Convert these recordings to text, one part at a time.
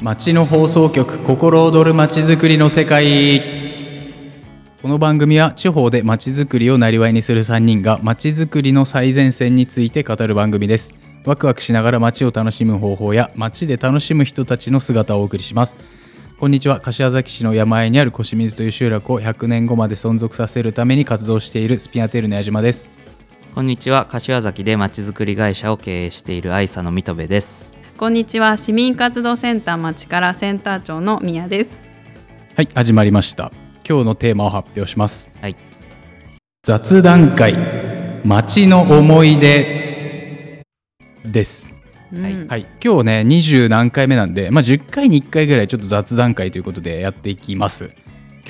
町の放送局心躍る町づくりの世界この番組は地方で町づくりを生りわいにする3人が町づくりの最前線について語る番組ですワクワクしながら町を楽しむ方法や町で楽しむ人たちの姿をお送りしますこんにちは柏崎市の山あいにある越水という集落を100年後まで存続させるために活動しているスピナテールの矢島ですこんにちは柏崎でまちづくり会社を経営している愛さの水戸部ですこんにちは市民活動センター町からセンター長の宮ですはい始まりました今日のテーマを発表しますはい雑談会町の思い出です、はいうんはい、今日ね20何回目なんで、まあ、10回に1回ぐらいちょっと雑談会ということでやっていきます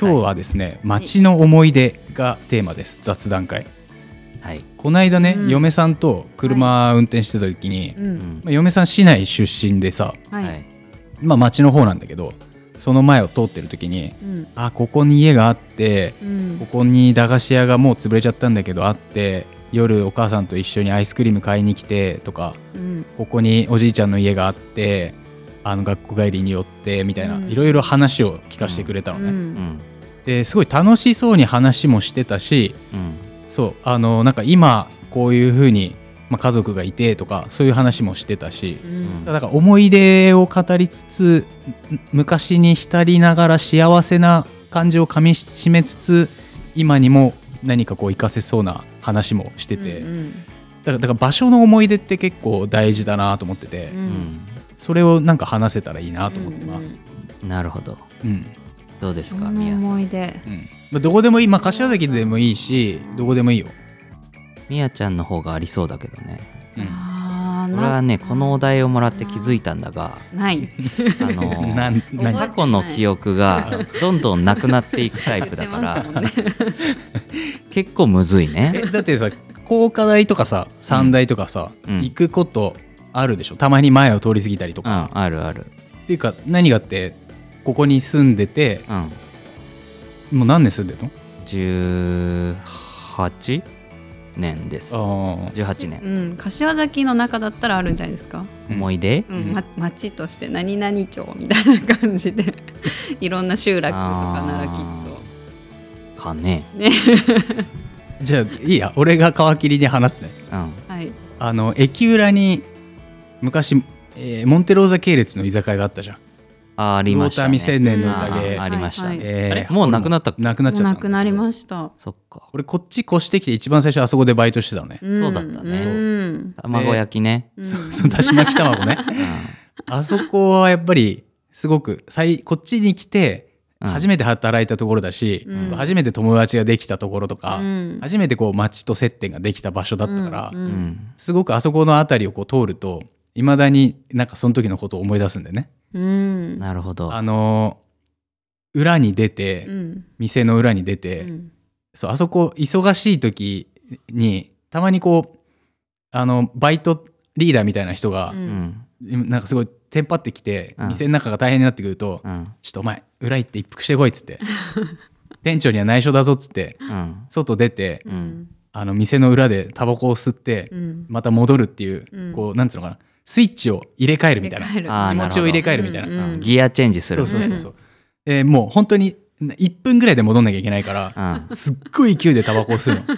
今日はですね、町の思い出がテーマです雑談会はい、こないだね、うん嫁さんと車運転してた時に、ううんんまあ嫁さん市内出身でさ、はい、はいまあ、町の方なんだけどその前を通ってる時にうんあここに家があってうんここに駄菓子屋がもう潰れちゃったんだけどあって夜お母さんと一緒にアイスクリーム買いに来てとかうんここにおじいちゃんの家があってあの学校帰りに寄ってみたいなうんいろいろ話を聞かせてくれたのね、うんんですごい楽しそうに話もしてたしうんそうあのなんか今こういうふうに、まあ、家族がいてとかそういう話もしてたしううんんだから思い出を語りつつん昔に浸りながら幸せな感じをかみしめつつ今にも何かこう活かせそうな話もしてて、うだんからだから場所の思い出って結構大事だなと思ってて、ううんんそれをなんか話せたらいいなと思ってます。なるほどうんどうですそかの宮さ思んい出うんまあどこでもいい、まあ、柏崎でもいいしどこでもいいよ。宮ちゃんの方がありそうだけどねうんあー俺はねなこのお題をもらって気づいたんだ がないあのなん何覚え過去の記憶がどんどんなくなっていくタイプだか言ってまらすもんね結構むずいえねだってさ高科大とかさ三大とかさ、うん行くことあるでしょたまに前を通り過ぎたりとうか、んあるあるっていうか何がってここに住んでてうんもう何年住んでる18年ですのあ18年 うん柏崎の中だったらあるんじゃないですかうん思い出ううんん、ま、町として何々町みたいな感じで いろんな集落とかならきっかねじゃあいいや俺が皮切りに話すねうんとはいあの駅裏に昔、えーモンテローザ系列の居酒屋があったじゃんあありましたウォーター未成ね年のう宴んあありました、はいはいえーあれもうなくなったっけなくなっもちうゃったなくなりました、そっか俺こっち越してきて一番最初あそこでバイトしてたのね、んそうだったねうん卵焼きね、うんそう そうだし巻き卵ねうんあそこはやっぱりすごく最こっちに来てうん初めて働いたところだし、うん初めて友達ができたところとか、うん初めてこう街と接点ができた場所だったから、うんううんんすごくあそこの辺りをこう通るといまだになんかその時のことを思い出すんでねうんなるほどあのー裏に出て、うん店の裏に出て、うんそうあそこ忙しい時にたまにこうあのバイトリーダーみたいな人がう、うんんなんかすごいテンパってきて、うん店の中が大変になってくると、うんちょっとお前裏行って一服してこい」っつ って店長には内緒だぞっつってうん外出てうんあの店の裏でタバコを吸って、うんまた戻るっていう、うんこうなんつうのかなスイッチを入れ替えるみたいな入れ替えるあー気な持るほちどを入れ替えるみたいな、うんうんギアチェンジすそるうそうそうそう、えーもう本当に1分ぐらいで戻んなきゃいけないから、 うんすっごい勢いでタバコを 吸うのタ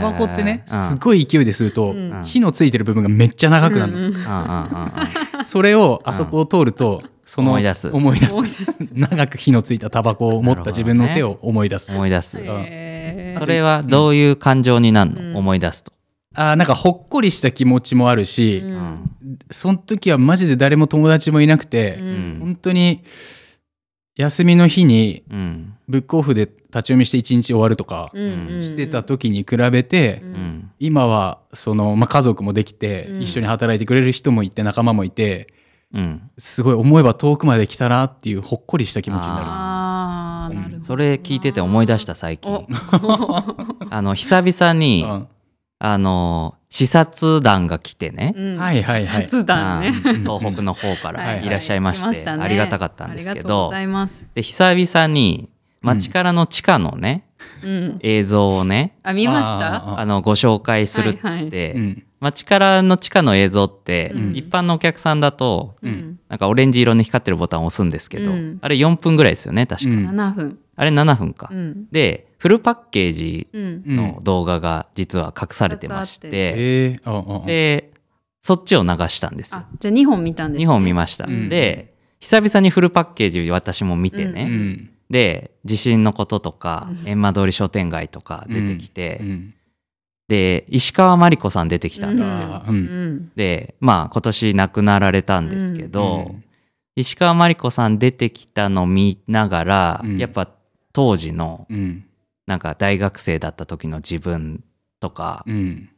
タバコってね、すごごい勢いで吸うと、うん火のついてる部分がめっちゃ長くなるの、うんううんんうんうんうんそれをあそこを通ると、その思い出す思い出す思い長く火のついたタバコを持った自分の手を思い出す、思い出す、へーそれはどういう感情になるの、うん思い出すと、あーなんかほっこりした気持ちもあるしう、うんんその時はマジで誰も友達もいなくて、ううんん本当に休みの日にうんブックオフで立ち読みして一日終わるとかうんしてた時に比べて、ううんん今はその、まあ、家族もできて、うん一緒に働いてくれる人もいて仲間もいてうんすごい思えば遠くまで来たなっていうほっこりした気持ちになあーなるほどそれ聞いてて思い出した最近お あの久々に、る。うんあの視察団が来てね、うんはいはいはい雑談ねあ ー東北の方かはらいはいいらっしゃいまして、来ねありがたかったんですけありがとうごどざいますで久々に町からの地下のね、うん、映像をねあ見ましあーたあのご紹介するっつはいはっいて、うんまあ、地からの地下の映像って、うん一般のお客さんだと、うんなんかオレンジ色に光ってるボタンを押すんですけど、うんあれ4分ぐらいですよね確か、うん7分あれ7分か、うんでフルパッケージうんうんの動画が実は隠されてまして、えー、あああでそっちを流したんですよあじゃあ2本見たんです、ね、 2本見ました、うんで久々にフルパッケージ私も見てね、ううんで地震のこととか閻魔通り商店街とか出てきて、うんで石川真理子さん出てきたんですよ、あーううんんでまあ今年亡くなられたんですけど、うん石川真理子さん出てきたの見ながら、うんやっぱ当時のうんなんか大学生だった時の自分とか、うん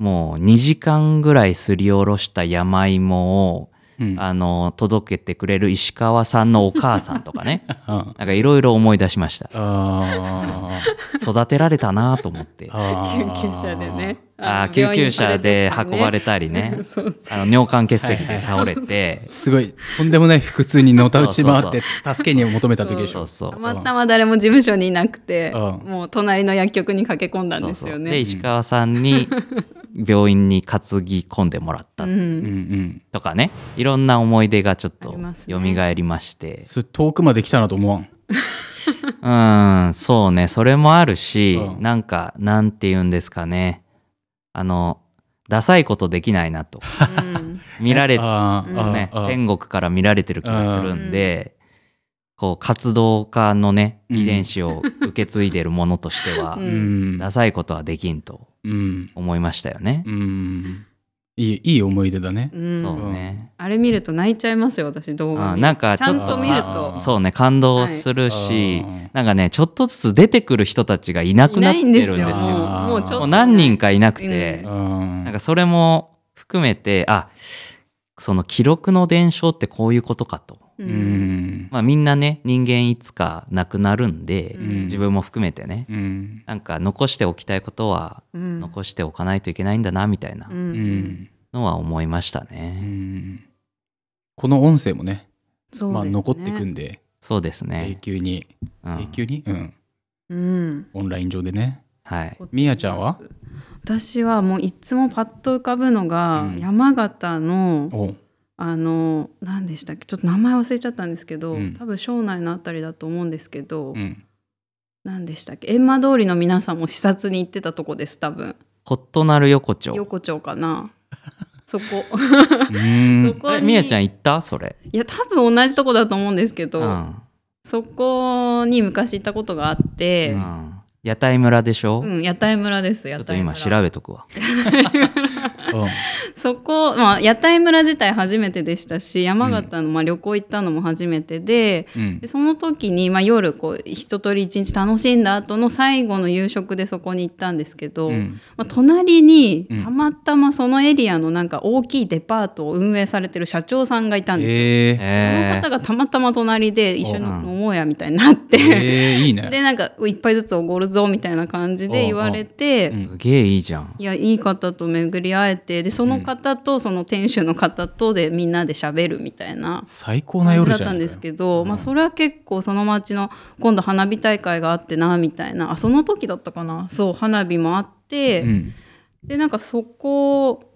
もう2時間ぐらいすりおろした山芋を、うんあの届けてくれる石川さんのお母さんとかねあなんかいろいろ思い出しましたあ育てられたなと思ってあ 救あ急車でねー救急車で運ばれてたり ねそうそうあの尿管結石で倒れて、すごいとんでもない腹痛にのたうち回っそうて助けに求めた時でしそょうそうたまたま誰も事務所にいなくて、うんもう隣の薬局に駆け込んだんですそようそうね。で石川さんに病院に担ぎ込んでもらったうんうんとかねいろんな思い出がちょっあとります蘇ねり ましてす遠くまで来たなと思わんうんそうねそれもあるし、うんなんかなんて言うんですかねあのダサいことできないなとうん見られてあーあーねあー天国から見られてる気がするんで、こう活動家のねうん遺伝子を受け継いでるものとしては、ううんダサいことはできんとうん思いましたよねう。んいいいい思い出だねうんそうね、あれ見ると泣いちゃいますよ私動画あ見なんかちちょゃっんとと見るあとそうね感動するし、はいなんかねちょっとずつ出てくる人たちがいなくいなっないてんでするんよですよ。あーもうちょっもとう何人かいなくて、ううんなんかそれも含めてあその記録の伝承ってこういうことかと。ううんんまあ、みんなね人間いつか亡くなるんで、うん自分も含めてねうんなんか残しておきたいことはうん残しておかないといけないんだなみたいなううんんのは思いましたね。うんこの音声もねそうまあですね残っていくんでそうです永ね、久にうん永久にうんうんオンライン上でねはいみやちゃんは私はもういつもパッと浮かぶのが、うん山形のおあの何でしたっけちょっと名前忘れちゃったんですけど、うん多分庄内のあたりだと思うんですけど、う ん何でしたっけ閻魔通りの皆さんも視察に行ってたとこです多分ホットナル横丁横丁かなそこうんそこあにれみやちゃん行ったそれいや多分同じとこだと思うんですけど、うんそこに昔行ったことがあってう、ん屋台村でしょ、うちん、屋台村です屋ょっと台今村調べとくわうんそこ、まあ、屋台村自体初めてでしたし山形のまあ旅行行ったのも初めてで,、うんでその時にまあ夜こう一通り一日楽しんだ後の最後の夕食でそこに行ったんですけど、うんまあ、隣にうんたまたまそのエリアのなんか大きいデパートを運営されてる社長さんがいたんですよ。えーそのえ方がたまたま隣で一緒におう飲もうやみたいになって、えーいいねでなんか一杯ずつおごるぞみたいな感じで言われて、うんー、すげえいいじゃんいやいい方と巡り会えてでその方とその店主の方とでみんなで喋るみたいな最高な感じ夜だっじゃたないんですけど、まあ、それは結構その町の今度花火大会があってなみたいなあその時だったかなそう花火もあって、うんでなんかそこ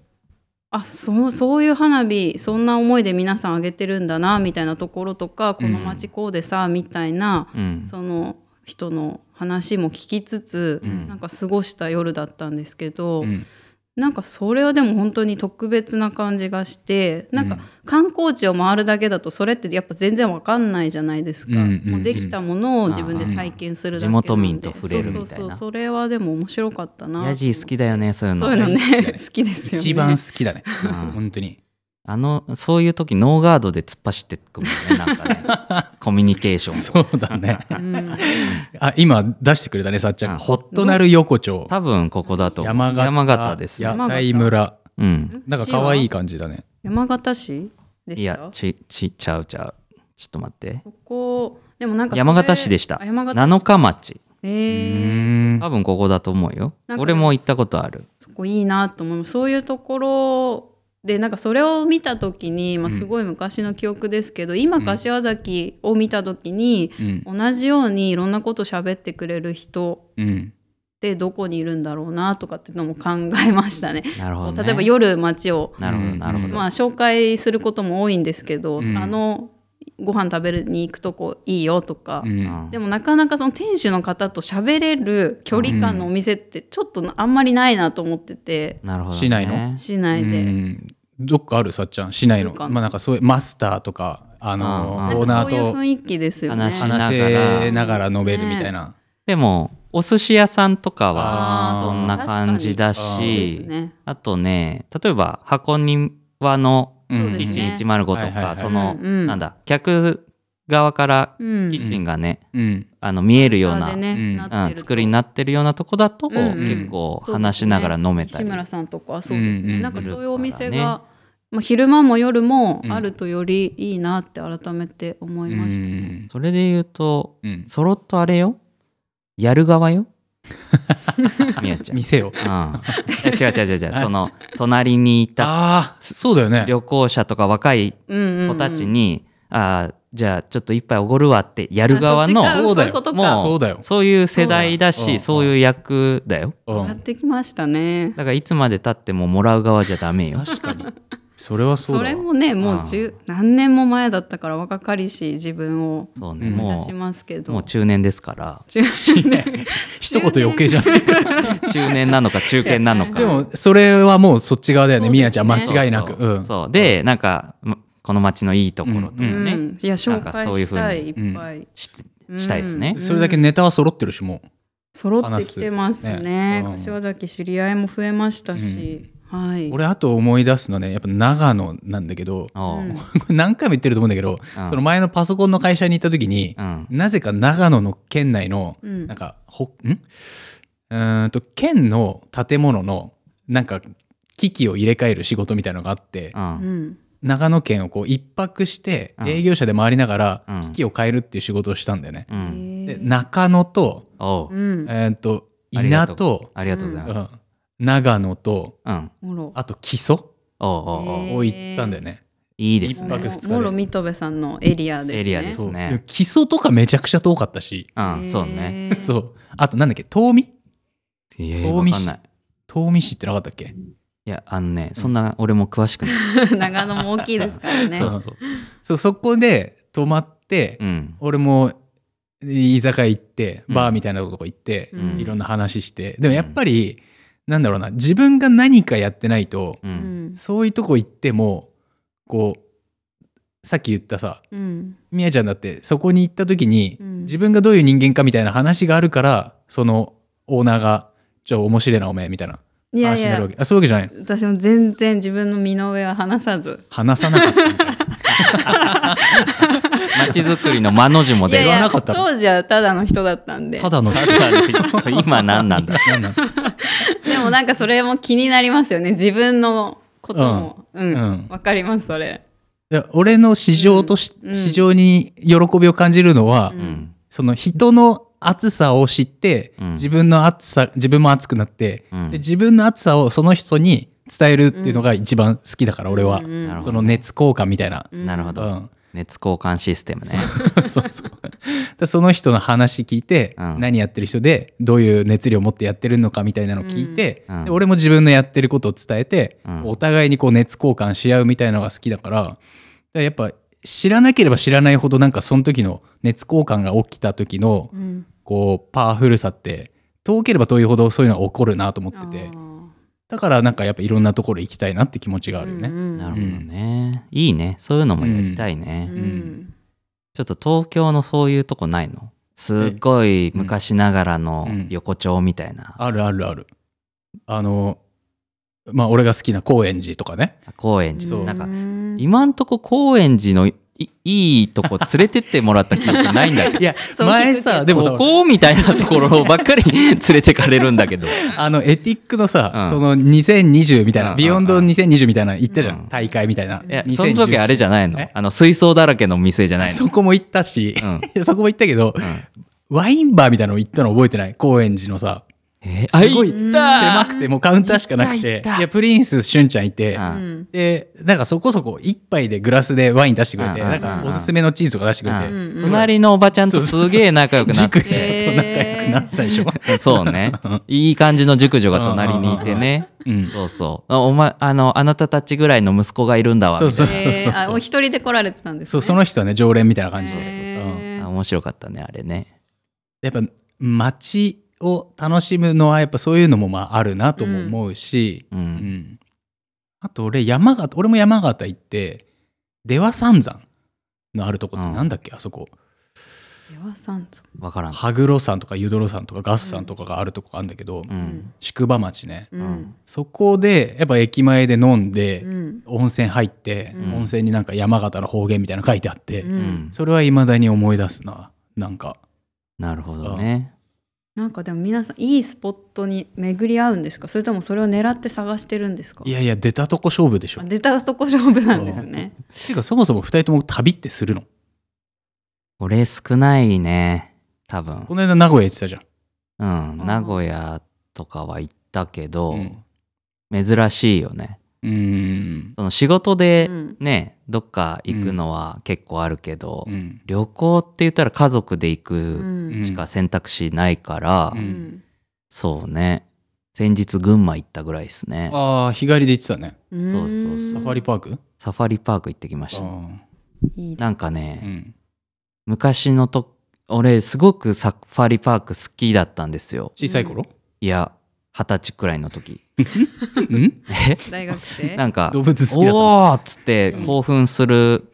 あそうそういう花火そんな思いで皆さんあげてるんだなみたいなところとかこの町こうでさ、みたいなうんその人の話も聞きつつ、うんなんか過ごした夜だったんですけど。うんなんかそれはでも本当に特別な感じがしてなんか観光地を回るだけだとそれってやっぱ全然わかんないじゃないですか、うんうんうんもうできたものを自分で体験するだけなんであーうん地元民と触れるみたいなそうそうそうそれはでも面白かったなヤジー好きだよねそういうのそういうのね大好きだね好きですよね一番好きだねうん本当にあのそういう時ノーガードで突っ走ってくもんねなん かねコミュニケーションそうだね うんあ今出してくれたねさっちゃあんホットナル横丁多分ここだと思う山形です屋ね、台村うん、なんか可愛い市は感じだね山形市でいしやたちちちゃうちゃうちょっと待ってここでもなんかそれ山形市でしたあ山形七日町えうーん多分ここだと思うよなんか俺も行ったことあるそこいいなと思うそこいいなと思うそういうところでなんかそれを見た時に、まうあ、んすごい昔の記憶ですけど、う今ん柏崎を見た時に、うん同じようにいろんなこと喋ってくれる人うんってどこにいるんだろうなとかってのも考えましたね。なるほど、ね。例えば夜街を、なるほど、なるほうんど。まあ、紹介することも多いんですけど、うんあのご飯食べるに行くとこいいよとか、うんでもなかなかその店主の方と喋れる距離感のお店ってちょっとなあんまりないなと思ってて、なるほど、ね。市内の市内うで。んどっかあるさっちゃん市内のどっかまあなんかそういうマスターとかあのあーオなーナーんかそういうと雰囲気ですよね。話しな話せながら飲めるみたいな、でも、お寿司屋さんとかは、あーそんな感じだ確かそうでし、すね。あとね、例えば、箱庭のうんそうですね1105とはいはいはか、いその、うんうんなんだ、客側からうんキッチンがね、うんあの見えるような、でねうんなってうんると作りになってるようなとこだと、うんうん結構そうですね話しながら飲めた西り。村さんとかはそうですうんね、うんなんかそういうお店古くからが、まあ、昼間も夜もうんあるとよりいいなって改めて思いましたね。それで言うと、うんうんそろっとあれよやる側 よみやちゃん。うん、店を違う違う違う違うその隣にいたああそうだよね旅行者とか若いうんうんうん子たちに、あーじゃあちょっと一杯おごるわってやる側のあそっちかそうだよそういうこともか。そうだよそういう世代だそうだうんしそういう役だようやっんてきましたね。だからいつまでたってももらう側じゃダメよ確かにそれはそうそだわれもねもあうあ十何年も前だったから若かりし自分をそうねうん思いも出しますけうどもう中年ですから中一言余計じゃない中年なのか中堅なのかでもそれはもうそっち側だよねそうですねみやちゃん間そうそう違いなくうんそうでなんかまこの町のいいところとかうね、んいや紹なんかそう介いうしふうにたいいっぱい、しうんしたいですねうんそれだけネタは揃ってるしも揃ってきてますね話すねうん柏崎知り合いも増えましたし、はうい俺あと思い出すのはねやっぱ長野なんだけど おううんこれ何回も言ってると思うんだけどうんその前のパソコンの会社に行った時にうんなぜか長野の県内のうんなんかほんうーんと県の建物のなんか機器を入れ替える仕事みたいなのがあってううんん長野県をこう一泊してうん営業車で回りながらうん機器を変えるっていう仕事をしたんだよね。うんへでー中野と,、おううんえー、とありが稲とうとありがとうございますうん長野とうんもろあと木曽おうおうおうへーを行ったんだよね。いいです一泊ね二日でもろ水戸部さんのエリアですねエリアですそうねでも木曽とかめちゃくちゃ遠かったし、うんそうね へーそうあとなんだっけ遠見いや遠わ見か市んない遠見市ってなかったっけいやあのねそんな俺も詳しくない長野も大きいですからねそうそうそうそこで泊まって、うん俺も居酒屋行ってうんバーみたいなとこ行って、うんいろんな話してでもやっぱり、なんだろうな自分が何かやってないと、ううんんそういうとこ行ってもこうさっき言ったさうんみやちゃんだってそこに行った時に、うん自分がどういう人間かみたいな話があるからそのオーナーが「ちょ面白いなおめえ」みたいないやい話になやるわけあそういうわけじゃない私も全然自分の身の上は話さず話さなか ったみたいな街づくりの間の字もい出やいる言わなやかったの当時はただの人だったんでただのただの 今何なんだなんなん でもなんかそれも気になりますよね自分のこともうんうわ、んかりますそれいや俺の市場とし、うんうん市場に喜びを感じるのは、ううんんその人の熱さを知って、うん自分の熱さ自分も熱くなって、うんで自分の熱さをその人に伝えるっていうのが一番好きだから、俺は、うんなるほどその熱交換みたいな、なるほうどん、 熱交換システムねそうそうでその人の話聞いて、うん何やってる人でどういう熱量を持ってやってるのかみたいなのを聞いて、うんうんで俺も自分のやってることを伝えて、うんお互いにこう熱交換し合うみたいなのが好きだからだからやっぱ知らなければ知らないほどなんかその時の熱交換が起きた時のうんこうパワフルさって遠ければ遠いほどそういうのは起こるなと思っててあーだからなんかやっぱいろんなところ行きたいなって気持ちがあるよね。うんうんなるほどねいいねそういうのもやりたいねううんちょっと東京のそういうとこないのすっごい昔ながらのうん横丁みたいな、あるあるある。あのまあ俺が好きな高円寺とかね。高円寺そうなんかうん今んとこ高円寺のいいいとこ連れてってもらった記憶ないんだけどいやそう前聞さくでもさここみたいなところばっかり連れてかれるんだけど あのエティックのさ、うんその2020みたいな、うんビヨンド2020みたいなの行ったじゃん、うん大会みたいな。いやその時あれじゃないのえあの水槽だらけの店じゃないのそこも行ったし、う んそこも行ったけど、うんワインバーみたいなの行ったの覚えてない高円寺のさえー、あ、すごい行っ狭たくてもうカウンターしかなくいてたいたいやプリンスしゅんちゃんいてあうんでなんかそこそこ一杯でグラスでワイン出してくれてうんうんうなんんかおすすめのチーズとか出してくれうてうん隣のおばちゃんとすげえ仲良くなっ 塾て。ちゃんと仲良くなってたでしょ、そ うね。いい感じの熟女が隣にいてね。うんそうそう。あお前、あの、あなたたちぐらいの息子がいるんだわ。そうそうえーそうそうあお一人で来られてたんですそねうその人はね常連みたいな感じへです、ーうんあ面白かったね、あれね。やっぱ街を楽しむのはやっぱそういうのもまああるなとも思うし、ううんん。あと俺山形俺も山形行って出羽三山のあるとこってなんだっけ、あそこ出羽三山わからん。羽黒山とか湯泥山とかガス山とかがあるとこがあるんだけど、うん。宿場町ねううんんそこでやっぱ駅前で飲んで、うん温泉入って、うん温泉になんか山形の方言みたいなの書いてあって、ううんん。それはいまだに思い出すななんかなるほどね。なんかでも皆さんいいスポットに巡り合うんですかそれともそれを狙って探してるんですかいやいや出たとこ勝負でしょあ出たそこ勝負なんですねていうかそもそも2人とも旅ってするのこれ少ないね。多分。この間名古屋行ってたじゃん、うん。名古屋とかは行ったけど、うん珍しいよね。うーんその仕事うでんね、どっか行くのは結構あるけど、うん旅行って言ったら家族で行うくんんしか選択肢ないから、ううんんそうね先日群馬行ったぐらいですねああ日帰りで行ってたねうんそうそうそうサファリパーク、サファリパーク行ってきまあしたいいですなんかーうね、ん、昔のと俺すごくサファリパーク好きだったんですよ小さい頃、いや二十歳くらいの時うん、大学生なんか動物好きだったおーっつって興奮する、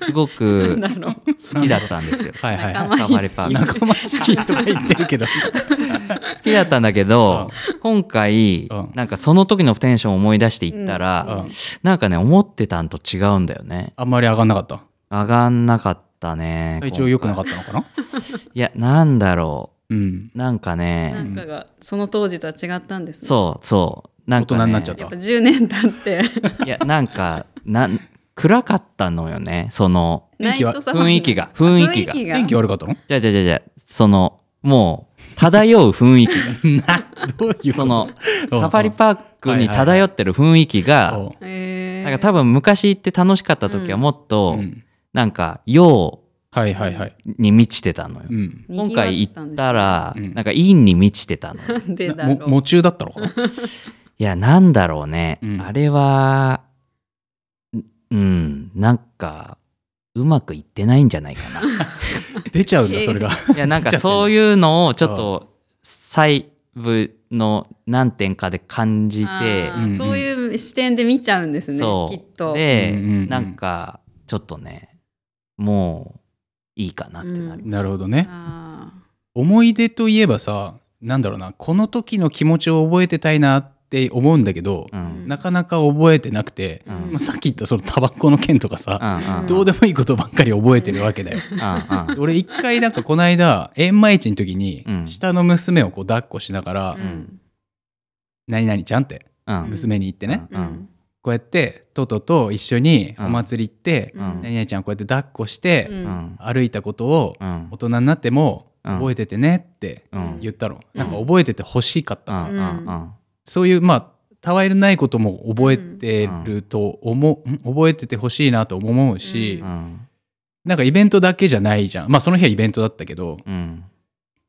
す ごく なんだろう好きだったんですよはいはいは仲間サファリパーいク仲間式とか言ってるけど好きだったんだけど、今回、うんなんかその時のテンションを思い出していったら、うんうんなんかね思ってたんと違うんだよねあんまり上がんなかった上がんなかったね体調良くなかっったのかなたいやなんだろうんうなんかなね、んかがその当時とは違ったんですねそうそうなんか、ね、大人になっちゃったやっぱ10年経 っていやなんかなん暗かったのよねその天気はナイトサファ雰リ囲気が雰雰囲囲気気がが天気悪かったのじゃあじゃあじゃあじゃあそのもう漂う雰囲気 がなどういうことそのうんサファリパークに漂ってる雰囲気が、おうえーなんか多分昔行って楽しかった時はもっと、うんなんか陽はいはいはい、に満ちてたのよ、うん、今回行ったら、うんなんか陰に満ちてたの よなんでだなもろう夢中だったのかないやなんだろうね、うんあれはんうんなんかうまくいってないんじゃないかな出ちゃうんだそれがいやなんかそういうのをちょっと細部の何点かで感じてあーうんそういう視点で見ちゃうんですねそきっうとで、うんうんうんなんかちょっとねもういいかなってなりまなるほどねあ思い出といえばさなんだろうなこの時の気持ちを覚えてたいなって思うんだけど、す、うんうんなかなか覚えてなくて、ーうんまあさっき言ったそのタバコの件とかさ、うんうんどうでもいいことばっかり覚えてるわけ だよ。うんうん俺一回なんかこの間円満市の時にうん下の娘をこう抱っこしながら「うん何々ちゃん」ってうん娘に言ってね、うんこうやってトトと一緒にお祭り行ってううん「ん何々ちゃんこうやって抱っこしてうんうん歩いたことをうん大人になっても覚えててね」ってうん言ったの、なんか覚えてて欲しかった、うんうんうんそういうまあたわいのないことも覚えてると思う、ん覚えててほしいなと思うし、ううんなんかイベントだけじゃないじゃんまあその日はイベントだったけどうん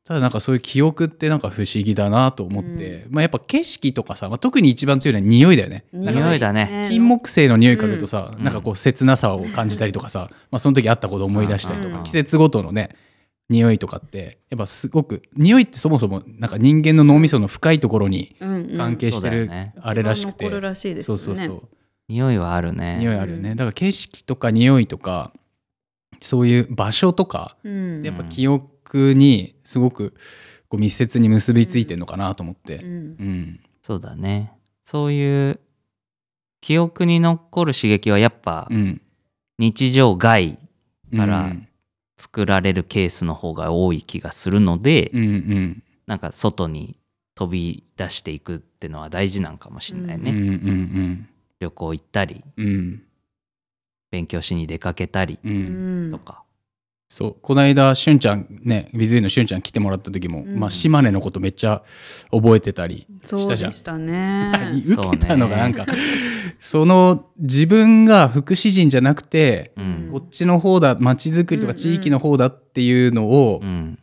ただなんかそういう記憶ってなんか不思議だなと思って、まあやっぱ景色とかさ、まあ、特に一番強いのは匂いだよね。うん匂いだね金木犀の匂いかけるとさ、うんなんかこう切なさを感じたりとかさ、まあその時あったことを思い出したりとうかん季節ごとのね匂いとかってやっぱすごく匂いってそもそもなんか人間の脳みその深いところに関係してうんうるんそうだよねあれらしく一番残て、るらしいですそうよねそうそう匂いはあるね匂いあるよね、だから景色とか匂いとかそういう場所とかうんやっぱ記憶にすごくこう密接に結びついてるのかなと思って、うんうんそうだねそういう記憶に残る刺激はやっぱうん日常外からうん作られるケースの方が多い気がするのでうんうんなんか外に飛び出していくってのは大事なんかもしれないうんねうん旅行行ったりうんうん勉強しに出かけたりううんとんかそうこの間しゅんちゃんねビズリーのしゅんちゃん来てもらった時も、うんまあ、島根のことめっちゃ覚えてたりそうでした ね受けたのがそなうんねかそ,、の自分が福祉人じゃなくてううんんこっちの方だ町づくりとうんかうん地域の方だっていうのをうん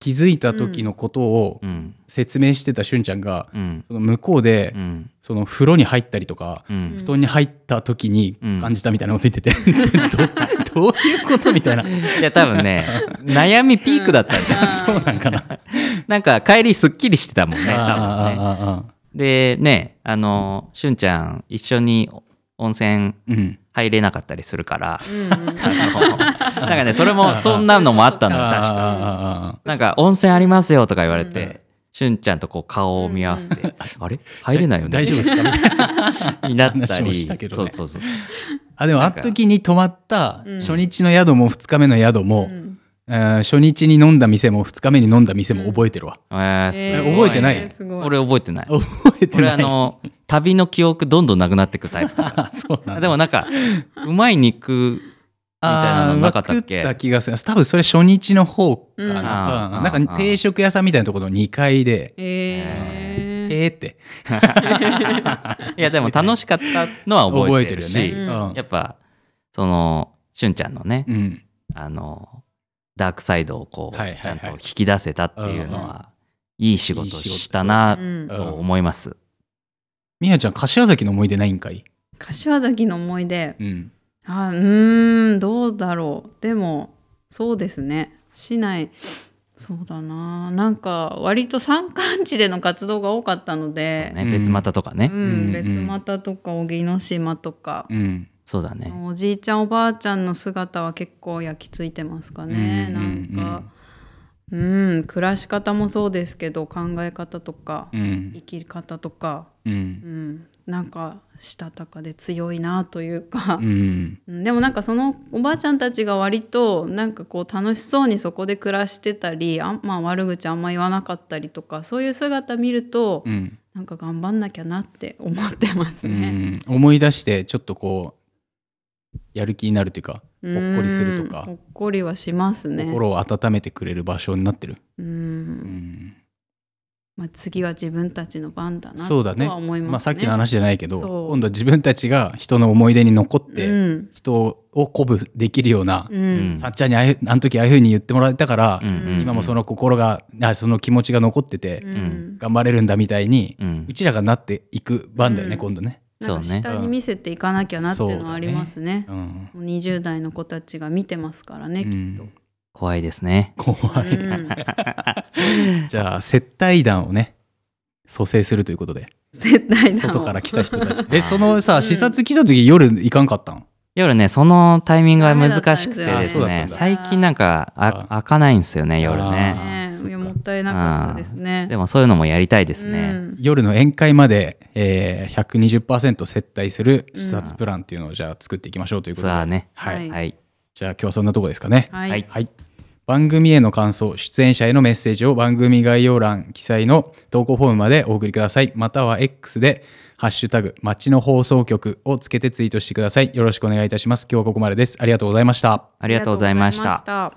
気づいた時のことをうん説明してたしゅんちゃんがうんその向こうでうんその風呂に入ったりとかう布ん団に入った時にうん感じたみたいなこと言ってて どどういうことみたいないや多分 ね悩みピークだったんじゃんそうなんかな。なんか帰りすっきりしてたもんね多分ねあでねあのしゅんちゃん一緒に温泉ーあーあーあーうん入れなかったりするからう んあのなんかねそれもそんなのもあったのよ確かかなんか温泉ありますよとか言われて、うんしゅんちゃんとこう顔を見合わせて、あれ入れないよね大丈夫ですかみたいな 夫になった話をしりたけどそうねそうそうあでもあなのんか時に泊まったうん初日の宿も2日目の宿も、うんえー初日に飲んだ店も2日目に飲んだ店も覚えてるわ、えーえすー覚ごいえてないえーすごい俺覚えてない覚えて俺ないあの旅の記憶どんどんなくなってくタイプだ かあそうなんらだでもなんかうまい肉みたいなのなかったっあーけ食った気がする多分それ初日の方かうんな、うんあーなんか定食屋さんみたいなところの2階でえーえーっていやでも楽しかったのは覚覚ええてるてるよしね、うんやっぱそのしゅんちゃんのね、うんうんあのダークサイドをこう、はいはいはいちゃんと引き出せたっていうのは、いい仕事したうなんと思います。みやちゃん柏崎の思い出ないんかい、柏崎の思い出うん、あうーんどうだろうでもそうですね市内そうだななんか割と山間地での活動が多かったのそうでね、うん別股とかね、ううんん、うん別股とか荻野島とか、うんそうだね。おじいちゃんおばあちゃんの姿は結構焼き付いてますかね、うんうんなんか、うん暮らし方もそうですけど考え方とか、うん生き方とか、うんうん、なんかしたたかで強いなというかう、んうんでもなんかそのおばあちゃんたちが割となんかこう楽しそうにそこで暮らしてたりあん、まあ、悪口あんま言わなかったりとかそういう姿見ると、うんなんか頑張んなきゃなって思ってますうね。ん、思い出してちょっとこうやる気になるというかほっこりするとかうんほっこりはしますね。心を温めてくれる場所になってる、ううんんまあ、次は自分たちの番だなそうだねとは思いますね。まあ、さっきの話じゃないけどそう今度は自分たちが人の思い出に残って、うん人を鼓舞できるような、うんさっちゃんにああいうあの時ああいうふうに言ってもらえたから、うんうんうん今もその心があその気持ちが残ってて、うん頑張れるんだみたいに、う、うんちらがなっていく番だよね、うん今度ね。なんかそうね下に見せていかなきゃなっていうのはありますね。うんもう20代の子たちが見てますからね、きっと。怖いですね。怖い、うんじゃあ接待団をね蘇生するということで絶対だもん外から来た人たち あえーそのうさん視察来た時夜行かんかったん夜ねそのタイミングは難しくてダメだったんでですすよねねあそうだったんだ最近なんかああ開かないんですよね夜ね。あねーそっかいやもったいなかったですね。でももそういうのもやりたいでですね。夜の宴会まで、えー、120%接待する視察プランっていうのをじゃあ作っていきましょうということツで、アーね。はい、はいはい。じゃあ今日はそんなとこですかねはい。はいはい番組への感想出演者へのメッセージを番組概要欄記載の投稿フォームまでお送りくださいまたは X で「ハッシュタグ街の放送局」をつけてツイートしてくださいよろしくお願いいたします今日はここまでですありがとうございましたありがとうございました。た。